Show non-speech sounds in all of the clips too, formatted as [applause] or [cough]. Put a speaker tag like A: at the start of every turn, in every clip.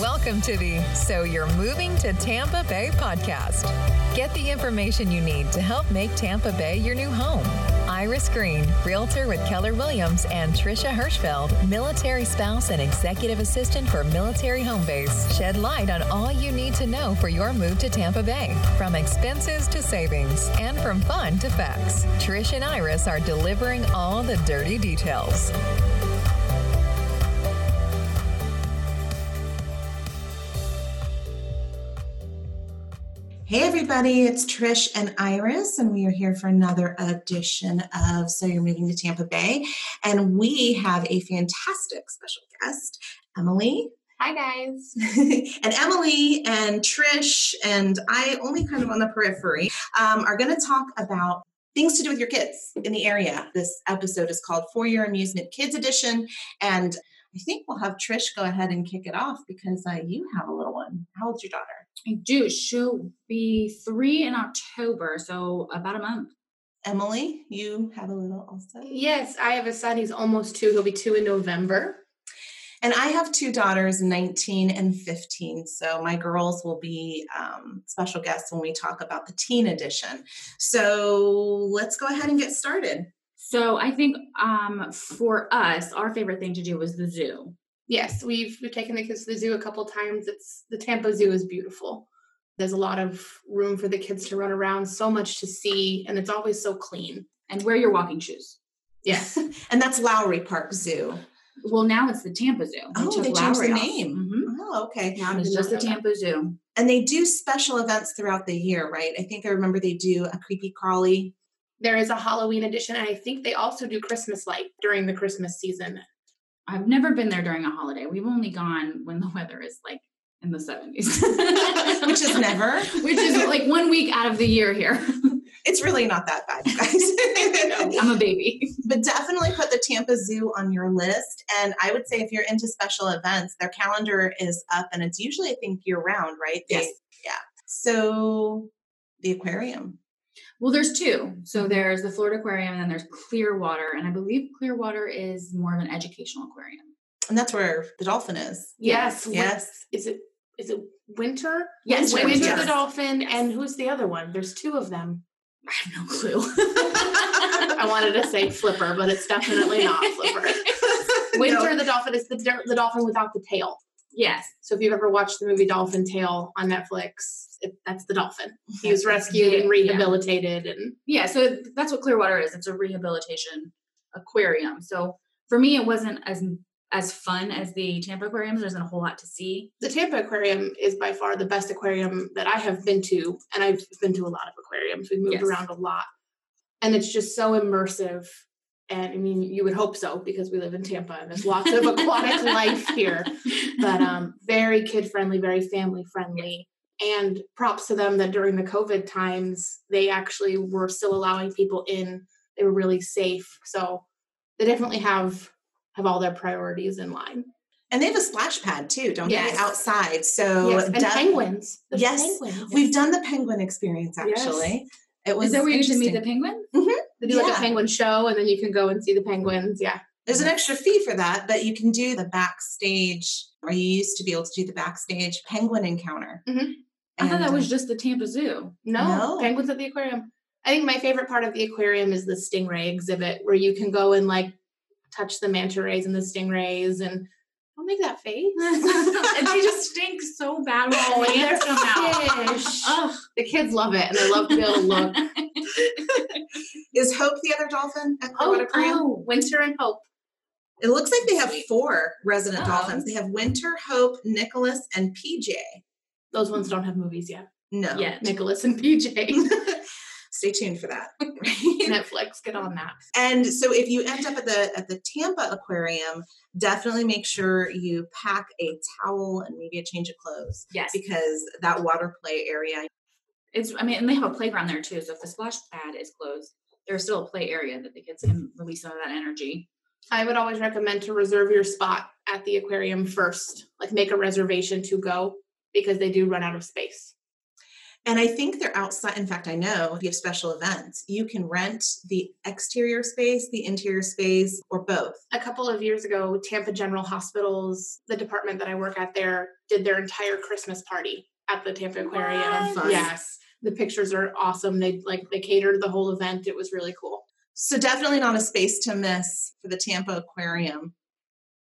A: Welcome to the So You're Moving to Tampa Bay podcast. Get the information you need to help make Tampa Bay your new home. Iris Green, Realtor with Keller Williams, and Trisha Hirschfeld, Military Spouse and Executive Assistant for Military Home Base, shed light on all you need to know for your move to Tampa Bay, from expenses to savings, and from fun to facts. Trish and Iris are delivering all the dirty details.
B: Hey, everybody, it's Trish and Iris, and we are here for another edition of So You're Moving to Tampa Bay. And we have a fantastic special guest, Emily.
C: Hi, guys.
B: [laughs] and Emily and Trish, and I only kind of on the periphery, um, are going to talk about things to do with your kids in the area. This episode is called For Your Amusement Kids Edition. And I think we'll have Trish go ahead and kick it off because uh, you have a little one. How old's your daughter?
C: I do. She'll be three in October, so about a month.
B: Emily, you have a little also?
D: Yes, I have a son. He's almost two. He'll be two in November.
B: And I have two daughters, 19 and 15. So my girls will be um, special guests when we talk about the teen edition. So let's go ahead and get started.
C: So I think um, for us, our favorite thing to do was the zoo.
D: Yes, we've we've taken the kids to the zoo a couple times. It's the Tampa Zoo is beautiful. There's a lot of room for the kids to run around, so much to see, and it's always so clean.
C: And wear your walking shoes.
D: Yes.
B: and that's Lowry Park Zoo.
C: Well, now it's the Tampa Zoo.
B: oh, they changed the
C: off.
B: name.
C: Mhm.
B: Oh, okay.
C: Now it's
D: Did
C: just the
D: not know
C: Tampa Zoo.
B: And they do special events throughout the year, right? I think I remember they do a creepy crawly.
D: [laughs] There is a Halloween edition, and I think they also do Christmas light during the Christmas season.
C: I've never been there during a holiday. We've only gone when the weather is like in the
B: [laughs]
C: 70s,
B: Which
C: [laughs]
B: is never.
C: Which is like one week out of the year here.
B: It's really not that bad, you
C: [laughs]
B: guys.
C: I'm a baby.
B: but definitely put the Tampa Zoo on your list. And I would say if you're into special events, their calendar is up and it's usually, I think, year round, right? They-
D: Yes.
B: Yeah. So the aquarium.
C: Well, there's two. So there's the Florida Aquarium, and then there's Clearwater, and I believe Clearwater is more of an educational aquarium.
B: And that's where the dolphin is.
D: Yes. Win-
B: Yes.
D: Is it is it Winter?
C: Yes,
D: Winter
B: Winter,
D: the
B: yes.
D: dolphin, and who's the other one? There's two of them.
C: I have no clue. [laughs]
D: I wanted to say Flipper, but it's definitely not
C: [laughs]
D: Flipper. Winter the dolphin is the, dol- the dolphin without the tail.
C: yes.
D: So if you've ever watched the movie Dolphin Tale on Netflix, it, that's the dolphin. He was rescued and
C: [laughs] Yeah.
D: rehabilitated, and
C: Yeah. So that's what Clearwater is. It's a rehabilitation aquarium. So for me, it wasn't as as fun as the Tampa Aquarium. There isn't a whole lot to see.
D: the Tampa Aquarium is by far the best aquarium that I have been to, and I've been to a lot of aquariums. We've moved
C: Yes.
D: around a lot, and it's just so immersive. And I mean, you would hope so because we live in Tampa and there's
C: [laughs]
D: lots of aquatic life here.
B: [laughs]
D: but um, very kid friendly, very family friendly. And props to them that during the COVID times, they actually were still allowing people in. They were really safe, so they definitely have have all their priorities in line.
B: And they have a splash pad too, don't
D: Yes.
B: they? Outside. So
D: yes, and
B: Oh, def-
D: penguins. There's
B: Yes,
D: penguins.
B: We've done the penguin experience
D: Yes.
B: actually. It was
C: is that where you can meet the
B: interesting.
C: penguin?
D: they do like
B: yeah.
D: a penguin show, and then you can go and see the penguins. Yeah,
B: There's an extra fee for that, but you can do the backstage, or you used to be able to do the backstage penguin encounter.
D: Mhm.
C: Mm-hmm. I thought
B: And,
C: that was
B: uh,
C: just the Tampa Zoo.
D: No,
B: No.
D: penguins at the aquarium. I think my favorite part of the aquarium is the stingray exhibit where you can go and like touch the manta rays and the stingrays and don't make that face.
C: [laughs] and she just stinks so bad when all the
D: They're
C: ants come out.
D: fish. the kids love it and they love to
C: [laughs]
D: look.
B: is Hope the other dolphin at Clearwater
D: Oh,
B: Aquarium?
C: um,
D: oh, winter and hope.
B: It looks like they have four resident
C: Oh.
B: dolphins. They have Winter, Hope, Nicholas, and PJ.
D: Those ones don't have movies yet.
B: No,
C: Yeah.
D: Nicholas and
C: [laughs]
D: PJ.
B: stay tuned for that.
D: [laughs] Netflix, get on that.
B: And so if you end up at the at the Tampa aquarium, definitely make sure you pack a towel and maybe a change of clothes
C: Yes.
B: because that water play area
C: It's I mean, and they have a playground there too. So if the splash pad is closed, there's still a play area that the kids can release some of that energy.
D: I would always recommend to reserve your spot at the aquarium first, like make a reservation to go because they do run out of space.
B: And I think they're outside. In fact, I know if you have special events, you can rent the exterior space, the interior space, or both.
D: a couple of years ago, Tampa General Hospitals, the department that I work at there, did their entire Christmas party at the Tampa Aquarium.
C: What?
B: Fun.
D: Yes. The pictures are awesome. They like they catered the whole event. It was really cool.
B: So definitely not a space to miss for the Tampa Aquarium.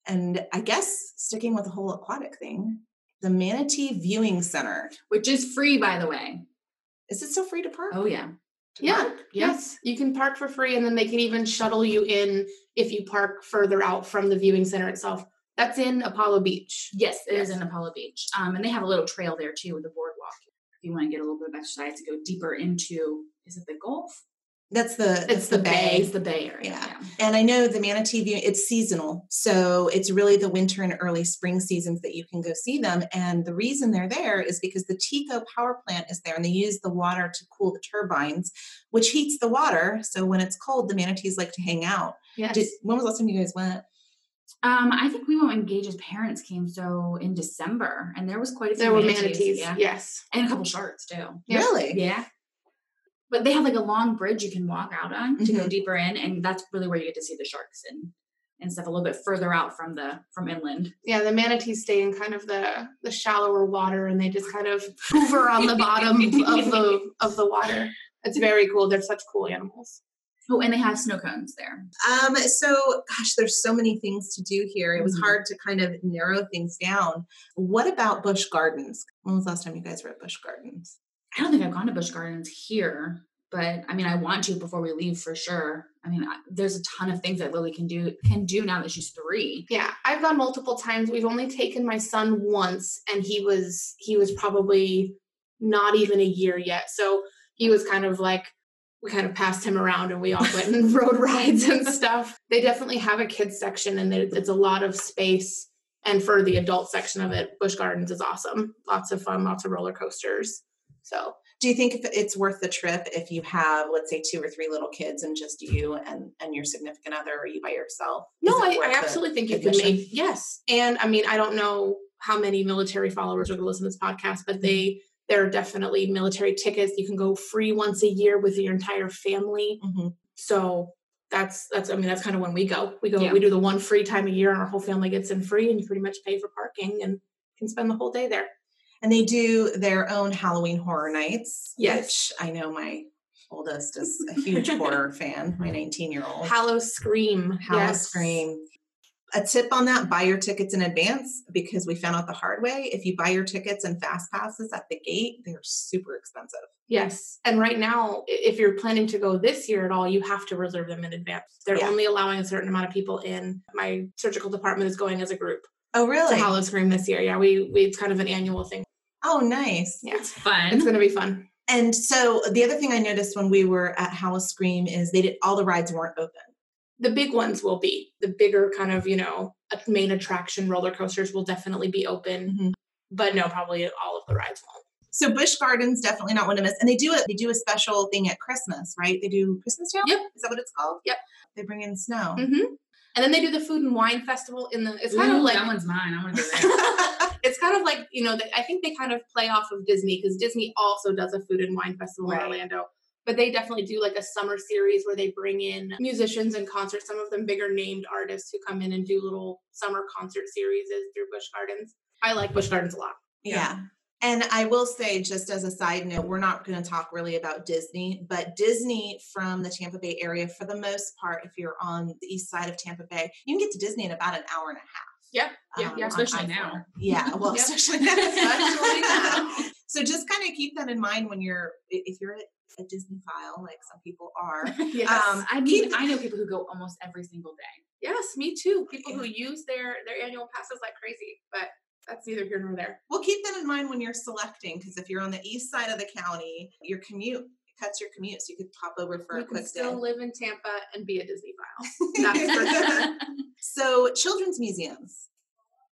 B: And I guess sticking with the whole aquatic thing, the Manatee Viewing Center.
C: which is free, by the way.
B: Is it still free to park?
C: Oh yeah,
B: To
D: Yeah.
B: park?
D: Yes. You can park for free and then they can even shuttle you in if you park further out from the viewing center itself. That's in Apollo Beach.
C: yes, it is
D: Yes.
C: in Apollo Beach, um, and they have a little trail there too with a boardwalk. If you want to get a little bit of exercise to go deeper into, is it the Gulf?
B: That's the that's
D: It's the bay.
C: It's the Bay Area.
B: Yeah. And I know the manatee view, it's seasonal. So it's really the winter and early spring seasons that you can go see them. And the reason they're there is because the Tico power plant is there and they use the water to cool the turbines, which heats the water. So when it's cold, the manatees like to hang out.
D: Yes.
B: Did, when was the last time you guys went?
C: Um, I think we went when Gage's parents came, so in December, and there was quite a few
D: there were
C: manatees,
D: manatees.
C: yeah,
D: Yes.
C: and a couple sharks too.
D: Yeah.
B: Really?
C: Yeah, but they have like a long bridge you can walk out on to
D: Mm-hmm.
C: go deeper in, and that's really where you get to see the sharks and and stuff a little bit further out from the from inland.
D: Yeah, the manatees stay in kind of the the shallower water and they just kind of hoover on the bottom of the of the water. It's very cool. They're such cool animals.
C: Oh, and they have snow cones there.
B: Um, so, gosh, there's so many things to do here. It was
D: Mm-hmm.
C: Mhm.
B: hard to kind of narrow things down. What about Bush Gardens? When was the last time you guys were at Bush Gardens?
C: I don't think I've gone to Busch Gardens here, but I mean, I want to before we leave for sure. I mean, I, there's a ton of things that Lily can do can do now that she's three.
D: Yeah, I've gone multiple times. We've only taken my son once and he was he was probably not even a year yet. So he was kind of like we kind of passed him around and we all went and [laughs] rode rides and stuff. They definitely have a kids section and there- it's a lot of space. And for the adult section of it, Busch Gardens is awesome. Lots of fun, lots of roller coasters. So
B: Do you think if it's worth the trip if you have, let's say, two or three little kids and just you and, and your significant other or you by yourself?
D: no,
B: Is it
D: I,
B: worth
D: I
B: it?
D: absolutely think you can
B: admission?
D: make yes. And I mean, I don't know how many military followers are going to listen to this podcast, but
B: Mm-hmm.
D: they there are definitely military tickets. You can go free once a year with your entire family.
B: Mhm.
D: So that's that's I mean that's kind of when we go. We go
C: Yeah.
D: we do the one free time a year, and our whole family gets in free, and you pretty much pay for parking and can spend the whole day there.
B: And they do their own Halloween horror nights.
D: Yes.
B: Which I know my oldest is a huge horror fan, my 19 year old.
D: Hallow Scream,
B: Howl
D: yes.
B: Scream. A tip on that buy your tickets in advance because we found out the hard way. If you buy your tickets and fast passes at the gate, they're super expensive.
D: Yes. And right now, i- if you're planning to go this year at all, you have to reserve them in advance. They're
B: Yeah.
D: only allowing a certain amount of people in. My surgical department is going as a group
B: Oh, really?
D: to Hollow Scream this year. Yeah, we, we it's kind of an annual thing.
B: Oh, nice.
D: Yeah.
C: Fun.
D: It's going to be fun.
B: And so the other thing I noticed when we were at Howl Scream is they did all the rides weren't open.
D: The big ones will be the bigger kind of, you know, a- main attraction roller coasters will definitely be open,
B: Mhm.
D: but no, probably all of the rides won't.
B: So Bush Gardens definitely not one to miss. And they do it. They do a special thing at Christmas, right? They do Christmas Town.
D: Yep.
B: Is that what it's called?
D: Yep.
B: They bring in snow.
D: Mm-hmm. And then they do the food and wine festival in the, it's kind of
C: Ooh,
D: like
C: that one's mine. I want
D: [laughs]
C: to go there.
D: it's kind of like you know they- i think they kind of play off of disney because disney also does a food and wine festival
B: Right.
D: in orlando but they definitely do like a summer series where they bring in musicians and concerts some of them bigger named artists who come in and do little summer concert series through bush gardens i like bush gardens a
B: [laughs]
D: lot
B: Yeah. And I will say, just as a side note, we're not going to talk really about Disney, but Disney from the Tampa Bay area, for the most part, if you're on the east side of Tampa Bay, you can get to Disney in about an hour and a half. um,
D: Yeah, yeah,
C: yeah,
B: on
C: especially
B: I-4.
C: now.
B: Yeah, well,
D: [laughs] Yeah.
B: especially now.
D: now.
B: so just kind of keep that in mind when you're, i- if you're a Disney file, like some people
D: [laughs]
B: are,
D: yes
B: Um,
C: I mean, I know people who go almost every single
D: [laughs]
C: day. [laughs]
D: yes me too people who use their their annual passes like crazy but that's neither here nor there
B: Well, keep that in mind when you're selecting, because if you're on the east side of the county, your commute cuts your commute, so you could pop over for
D: you
B: a
D: can
B: quick
D: still
B: day.
D: live in tampa and be a disney
B: [laughs]
D: file that's for sure
B: So, children's museums.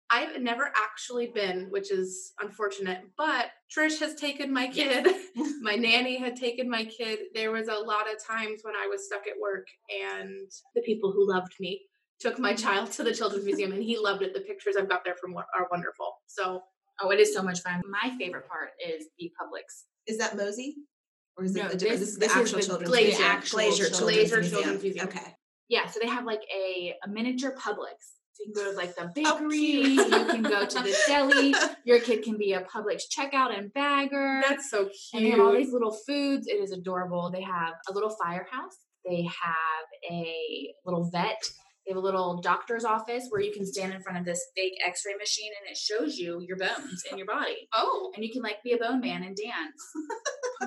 D: I've never actually been, which is unfortunate, but Trish has taken my kid. [laughs]
C: [laughs]
D: my nanny had taken my kid. There was a lot of times when I was stuck at work and the people who loved me took
C: Mm-hmm.
D: my child to the children's museum and he loved it. The pictures I've got there from wo- are wonderful. So
C: oh, it is so much fun. My favorite part is the Publix.
B: Is that Mosey? Or is it
D: No,
B: the, this,
D: this-
B: this is the
D: this is
B: actual
D: the
B: children's
D: Glacier-
B: museum?
D: actual
B: Glacier
D: children's
B: Children's,
D: Glacier
B: museum.
D: Children's Museum.
B: Okay.
C: Yeah, so they have like a, a miniature Publix. So you can go to like the
D: Oh,
B: How
C: bakery,
B: cute.
C: you can go to the
D: [laughs]
C: deli, your kid can be a Publix checkout and bagger.
D: That's so
C: and they have all
D: cute.
C: these little foods. It is adorable. They have a little firehouse. They have a little vet. They have a little doctor's office where you can stand in front of this fake X-ray machine and it shows you your bones and your body,
D: Oh,
C: and you can like be a bone man and dance.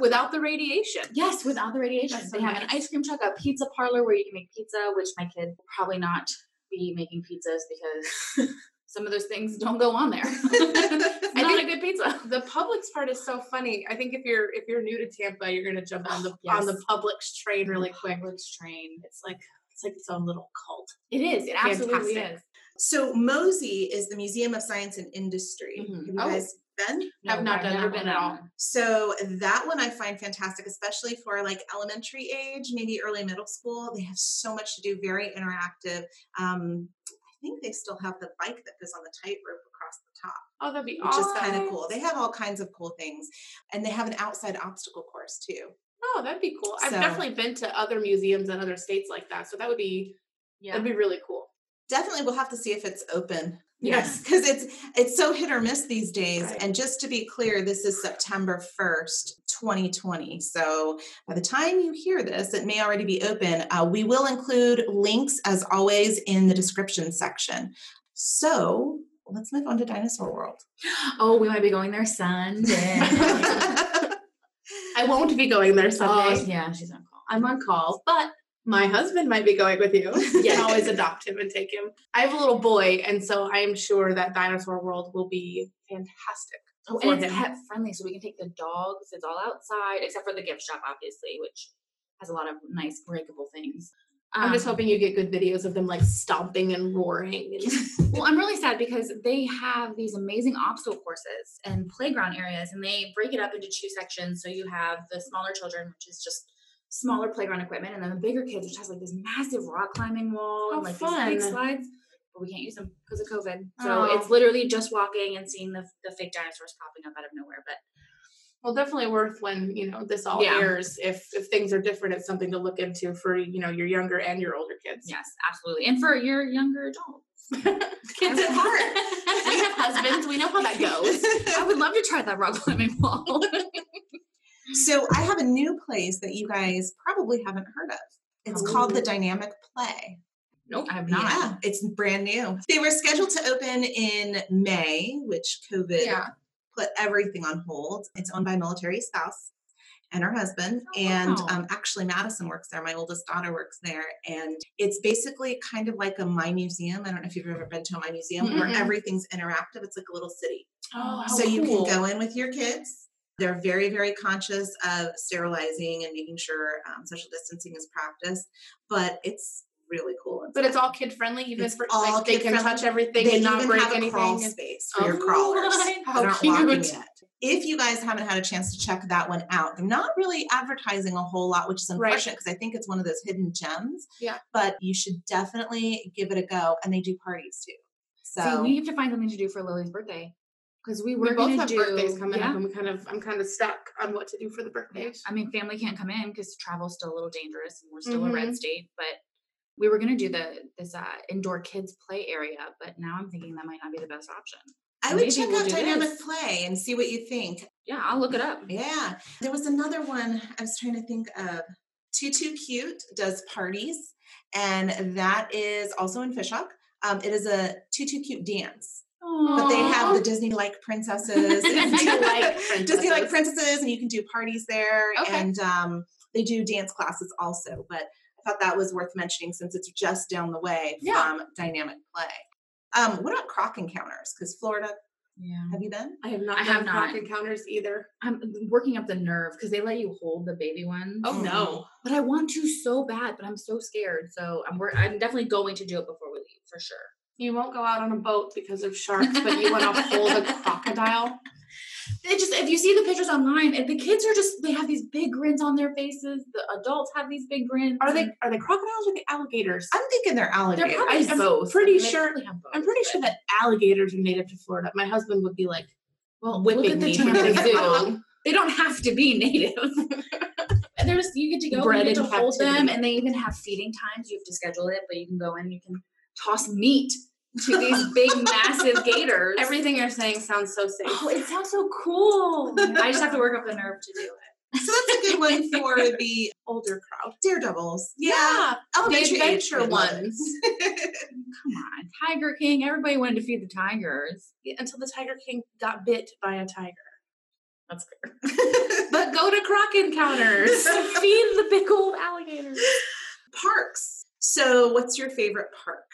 D: without the radiation.
C: Yes, without the radiation.
D: That's so
C: they have an
D: nice.
C: ice cream truck, a pizza parlor where you can make pizza, which my kid will probably not be making pizzas because [laughs] some of those things don't go on there. [laughs] it's
D: I
C: not
D: think-
C: a good pizza.
D: The Publix part is so funny. I think if you're if you're new to Tampa, you're gonna jump on the
C: Yes.
D: on the Publix train really quick.
C: Publix train.
D: It's like it's like its own little cult.
C: It is. It absolutely
D: Fantastic.
C: is.
B: [laughs] So Mosey is the Museum of Science and Industry. Have
C: Mhm.
B: you
D: Oh.
B: guys been?
C: No,
D: Have not
C: I've
D: done
C: never
D: that
C: been
D: one
C: at
D: at
C: all.
D: all.
B: So that one I find fantastic, especially for like elementary age, maybe early middle school. They have so much to do, very interactive. Um, I think they still have the bike that goes on the tightrope across the top.
C: Mm-hmm.
D: Oh, that'd be
B: which is kind of
D: awesome.
B: cool. They have all kinds of cool things, and they have an outside obstacle course too.
D: Oh, that'd be cool. I've
B: So-
D: definitely been to other museums in other states like that, so that would be
C: Yeah.
D: that'd be really cool.
B: Definitely, we'll have to see if it's open. [laughs]
C: Yeah.
B: Yes, because it's it's so hit or miss these days.
D: Right.
B: And just to be clear, this is September first, twenty twenty. So by the time you hear this, it may already be open. Uh, we will include links as always in the description section. So let's move on to Dinosaur World.
C: Oh, we might be going there [laughs] Sunday.
D: I won't be going there someday.
C: oh, yeah, she's on call.
D: I'm on call, but my husband might be going with
B: [laughs]
D: you. You can
C: Yes.
D: always adopt him and take him. I have a little boy, and so I am sure that Dinosaur World will be fantastic.
B: Oh,
D: for
C: and it's
D: him.
C: pet friendly, so we can take the dogs. It's all outside, except for the gift shop, obviously, which has a lot of nice breakable things.
D: I'm just
C: Um,
D: hoping you get good videos of them like stomping
B: [laughs]
D: and roaring. and-
C: Well, I'm really sad because they have these amazing obstacle courses and playground areas, and they break it up into two sections. So you have the smaller children, which is just smaller playground equipment, and then the bigger kids, which has like this massive rock climbing wall
D: How
C: and like these big
D: fun.
C: slides. But we can't use them because of COVID. So
D: Oh.
C: it's literally just walking and seeing the, the fake dinosaurs popping up out of nowhere. But
D: well, definitely worth when you know this all
C: Yeah.
D: airs. If if things are different, it's something to look into for you know your younger and your older kids.
C: yes, absolutely. And for your younger [laughs] adults,
B: Kids at heart.
C: we have husbands. We know how that goes. I would love to try that rock climbing wall.
B: [laughs] So I have a new place that you guys probably haven't heard of. It's called the Dynamic Play.
C: nope, I have not.
B: Yeah, it's brand new. They were scheduled to open in May, which COVID
D: Yeah.
B: put everything on hold. It's owned by a military spouse and her husband.
C: Oh,
B: and
C: wow.
B: um, actually, Madison works there. My oldest daughter works there. And it's basically kind of like a My Museum. I don't know if you've ever been to a My Museum where
D: Mm-mm.
B: everything's interactive, it's like a little city
D: Oh, how
B: so you can
D: cool.
B: go in with your kids they're very very conscious of sterilizing and making sure um, social distancing is practiced but it's really cool
D: But it's all kid friendly, even
B: It's
D: for
B: all
D: like they can
B: kid-friendly.
D: touch everything
B: they
D: and not
B: even
D: break
B: have a
D: anything.
B: crawl
D: and-
B: space for your
D: Oh, [laughs]
B: crawlers
D: how
B: that aren't
D: cute.
B: walking yet if you guys haven't had a chance to check that one out they're not really advertising a whole lot which is
D: Right.
B: unfortunate because i think it's one of those hidden gems
D: Yeah.
B: but you should definitely give it a go and they do parties too so
C: See, we have to find something to do for Lily's birthday because we were
D: we both
C: gonna
D: have
C: do,
D: [laughs] birthdays coming
C: yeah.
D: up, and we kind of I'm kind of stuck on what to do for the birthdays. [laughs]
C: I mean, family can't come in because travel's still a little dangerous, and we're still a red
D: Mhm.
C: state. But we were gonna do the this uh, indoor kids play area, but now I'm thinking that might not be the best option.
B: i would
C: maybe
B: check
C: we'll
B: out
C: do
B: dynamic
C: this.
B: play and see what you think
C: Yeah, I'll look it up.
B: Yeah. There was another one I was trying to think of. Too Too Cute does parties, and that is also in Fishhook. Um, it is a Too Too Cute dance, but they have the Disney like princesses.
D: Disney-like
B: Disney like [laughs]
D: [laughs] princesses.
B: princesses, and you can do parties there.
D: Okay.
B: And um, they do dance classes also, but I thought that was worth mentioning since it's just down the way
D: Yeah.
B: from Dynamic Play. Um, what about croc encounters? Because Florida,
C: yeah.
B: have you been?
D: I have not
C: I
D: done
C: have
D: croc
C: not.
D: encounters either.
C: I'm working up the nerve because they let you hold the baby ones.
B: Oh, no.
C: But I want to so bad, but I'm so scared. So I'm wor- I'm definitely going to do it before we leave for sure.
D: You won't go out on a boat because of sharks, but you want to [laughs] hold a crocodile.
C: It just if you see the pictures online, and the kids are just they have these big grins on their faces. The adults have these big grins.
D: Are they are they crocodiles or the alligators?
B: I'm thinking they're alligators.
C: They're probably
D: I- I'm
C: both.
D: pretty
C: They
D: sure-
C: probably have both,
D: I'm pretty
C: but-
D: sure that alligators are native to Florida. My husband would be like
C: Well,
D: whipping
C: look at the
D: me
C: Tampa
D: from the [laughs]
C: Zoo.
D: zoo.
C: They don't have to be native. [laughs] And There's you get to go
D: Bred
C: and you get
D: in
C: to hold them,
D: captivity.
C: and they even have feeding times. You have to schedule it, but you can go in. You can toss meat to these big, massive gators.
E: Everything you're saying sounds so safe.
C: Oh, it
E: [laughs]
C: sounds so cool. I just have to work up the nerve to do it.
B: So that's a good one for the older crowd. Daredevils. Yeah.
E: the
B: Elementary age
E: adventure
B: would love it.
E: ones.
C: Come on, Tiger King. Everybody wanted to feed the tigers.
E: Yeah, Until the Tiger King got bit by a tiger.
C: That's [laughs]
E: [laughs]
C: fair.
E: But go to Croc Encounters. Feed the big old alligators.
B: Parks. So what's your favorite park?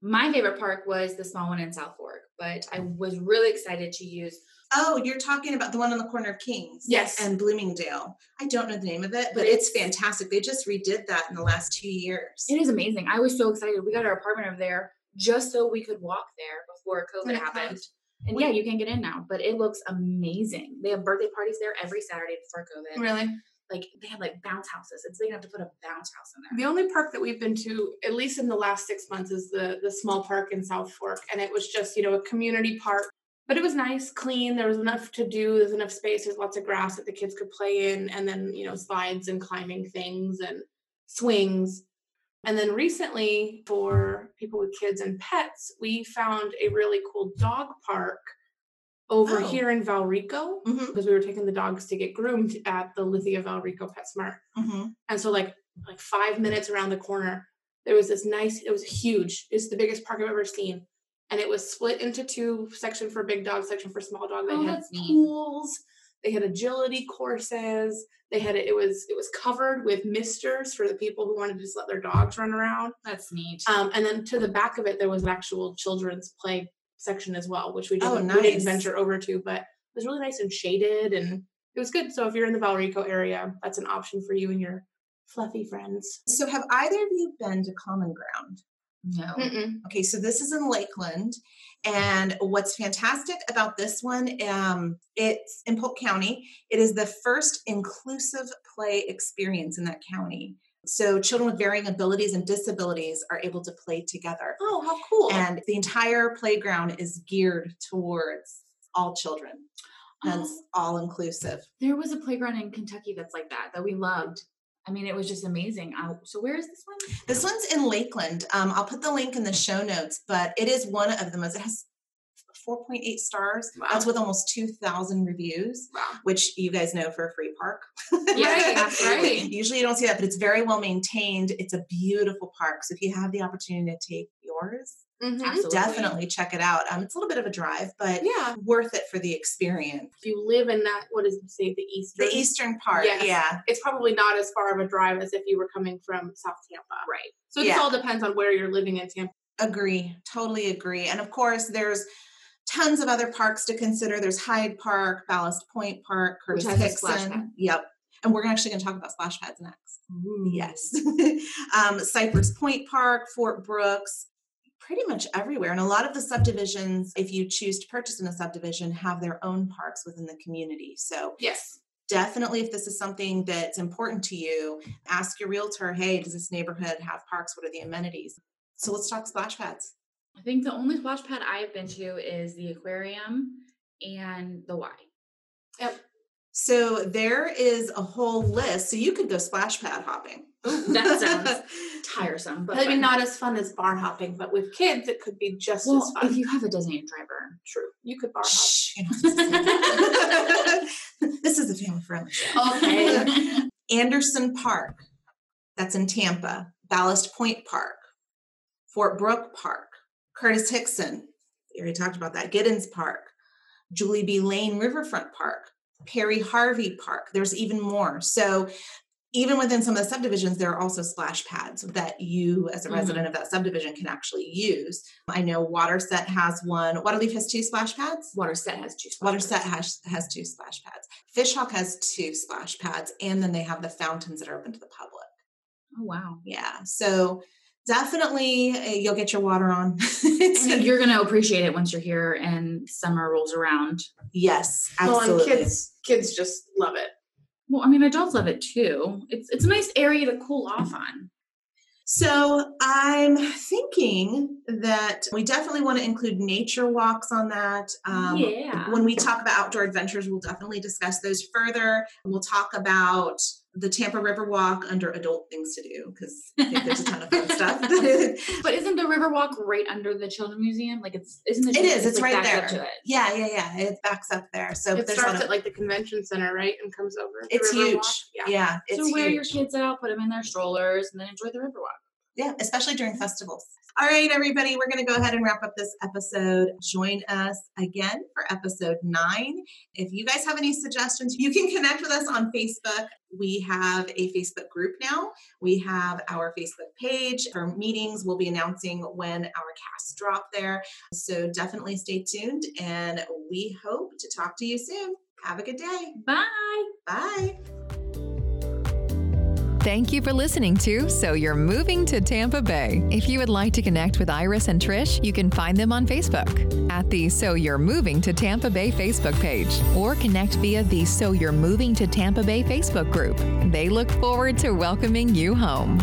C: My favorite park was the small one in South Fork, but I was really excited to use.
B: Oh, you're talking about the one on the corner of Kings.
E: Yes.
B: And Bloomingdale. I don't know the name of it, but
C: But
B: it's fantastic. They just redid that in the last two years.
C: It is amazing. I was so excited. We got our apartment over there just so we could walk there before COVID
E: When it
C: happened.
E: closed.
C: And yeah, you can get in now, but it looks amazing. They have birthday parties there every Saturday before
E: [laughs]
C: COVID.
E: Really?
C: Like they have like bounce houses. It's they have to put a bounce house in there.
D: The only park that we've been to, at least in the last six months, is the the small park in South Fork, and it was just you know a community park, but it was nice, clean. There was enough to do. There's enough space. There's lots of grass that the kids could play in, and then you know slides and climbing things and swings. And then recently, for people with kids and pets, we found a really cool dog park over
B: Oh.
D: here in Valrico
B: Mm-hmm.
D: because we were taking the dogs to get groomed at the Lithia Valrico PetSmart.
B: Mm-hmm.
D: And so like like five minutes around the corner, there was this nice, it was huge. It's the biggest park I've ever seen. And it was split into two section for big dog, section for small dog. They
C: Oh,
D: had
C: that's neat.
D: pools, they had agility courses, they had it was it was covered with misters for the people who wanted to just let their dogs run around.
C: That's neat.
D: Um, and then to the back of it there was an actual children's play section as well, which we didn't,
B: Oh,
D: we
B: nice.
D: didn't venture over to, but it was really nice and shaded and it was good. So if you're in the Valrico area, that's an option for you and your fluffy friends.
B: So have either of you been to Common Ground?
C: no.
B: Okay, so this is in Lakeland. And what's fantastic about this one, um, it's in Polk County. It is the first inclusive play experience in that county. So children with varying abilities and disabilities are able to play together.
D: Oh, how cool!
B: And the entire playground is geared towards all children. That's
D: Oh.
B: all inclusive.
C: [laughs] There was a playground in Kentucky that's like that that we loved. I mean, it was just amazing. I, so where is this one?
D: [laughs]
B: This one's in Lakeland. Um, I'll put the link in the show notes, but it is one of the most, it has 4.8 stars.
D: Wow.
B: That's with almost 2,000 reviews,
D: Wow.
B: which you guys know for a free park.
E: Right, right.
B: Usually you don't see that, but it's very well maintained. It's a beautiful park. So if you have the opportunity to take yours,
C: [laughs] Absolutely.
B: definitely check it out. Um, it's a little bit of a drive, but
D: yeah,
B: worth it for the experience.
D: if you live in that, what is it, say the east?
B: The eastern part,
D: Yes.
B: yeah.
D: It's probably not as far of a drive as if you were coming from South Tampa.
C: Right.
D: So it just
B: Yeah.
D: all depends on where you're living in Tampa.
B: Agree, totally agree. And of course, there's tons of other parks to consider. There's Hyde Park, Ballast Point Park,
C: Which
B: Curtis
C: has a splash pad.
B: Hickson. Yep. And we're actually going to talk about splash pads next. Yes. [laughs]
C: Mm-hmm.
B: um, Cypress Point Park, Fort Brooks, pretty much everywhere. And a lot of the subdivisions, if you choose to purchase in a subdivision, have their own parks within the community. So
D: Yes.
B: definitely, if this is something that's important to you, ask your realtor, hey, does this neighborhood have parks? What are the amenities? So let's talk splash pads.
C: I think the only splash pad I've been to is the aquarium and the Y.
B: So there is a whole list. So you could go splash pad hopping. [laughs]
C: that sounds- Tiresome, but
D: Maybe
C: fun.
D: not as fun as bar hopping, but with kids, it could be just as
C: Well,
D: fun.
C: if you have a designated driver,
D: True. You could bar hop.
B: Shh, [laughs] you're not supposed to say that. this is a family friendly show.
D: Okay.
B: Anderson Park, that's in Tampa. Ballast Point Park, Fort Brooke Park, Curtis Hickson. We already talked about that. Giddens Park, Julie B. Lane Riverfront Park, Perry Harvey Park. There's even more. So even within some of the subdivisions, there are also splash pads that you, as a
C: Mhm.
B: resident of that subdivision, can actually use. I know Waterset has one. Waterleaf has two splash pads.
C: Waterset has two. splash
B: Waterset
C: pads.
B: has, has two splash pads. Fishhawk has two splash pads, and then they have the fountains that are open to the public.
C: [laughs] Oh wow!
B: Yeah, so definitely uh, you'll get your water on. [laughs] It's-
C: And you're gonna appreciate it once you're here and summer rolls around.
B: yes,
D: Well, and
B: absolutely.
D: kids, kids just love it.
C: Well, I mean, adults love it too. It's it's a nice area to cool off on.
B: So I'm thinking that we definitely want to include nature walks on that. Um,
C: yeah.
B: When we talk about outdoor adventures, we'll definitely discuss those further. We'll talk about the Tampa River Walk under adult things to do because I think there's a ton of fun stuff. [laughs]
D: [laughs]
B: it
C: [laughs] But isn't the river walk right under the children's museum? Like it's isn't the children's
B: is. It's
C: like,
B: right
C: backed
B: there.
C: up to it?
B: Yeah, yeah, yeah. It backs up there. So
D: It
B: there's a
D: starts
B: lot
D: at
B: of,
D: like the convention center, right? And comes over. the
B: it's
D: Riverwalk.
B: huge.
D: Yeah.
B: Yeah. it's
C: so wear
B: huge.
C: your kids out, put them in their strollers, and then enjoy the river walk.
B: Yeah, especially during festivals. All right, everybody, we're going to go ahead and wrap up this episode. Join us again for episode nine. If you guys have any suggestions, you can connect with us on Facebook. We have a Facebook group now. We have our Facebook page for meetings. We'll be announcing when our casts drop there. So definitely stay tuned, and we hope to talk to you soon. Have a good day.
C: Bye.
B: Bye.
A: Thank you for listening to So You're Moving to Tampa Bay. If you would like to connect with Iris and Trish, you can find them on Facebook at the So You're Moving to Tampa Bay Facebook page or connect via the So You're Moving to Tampa Bay Facebook group. They look forward to welcoming you home.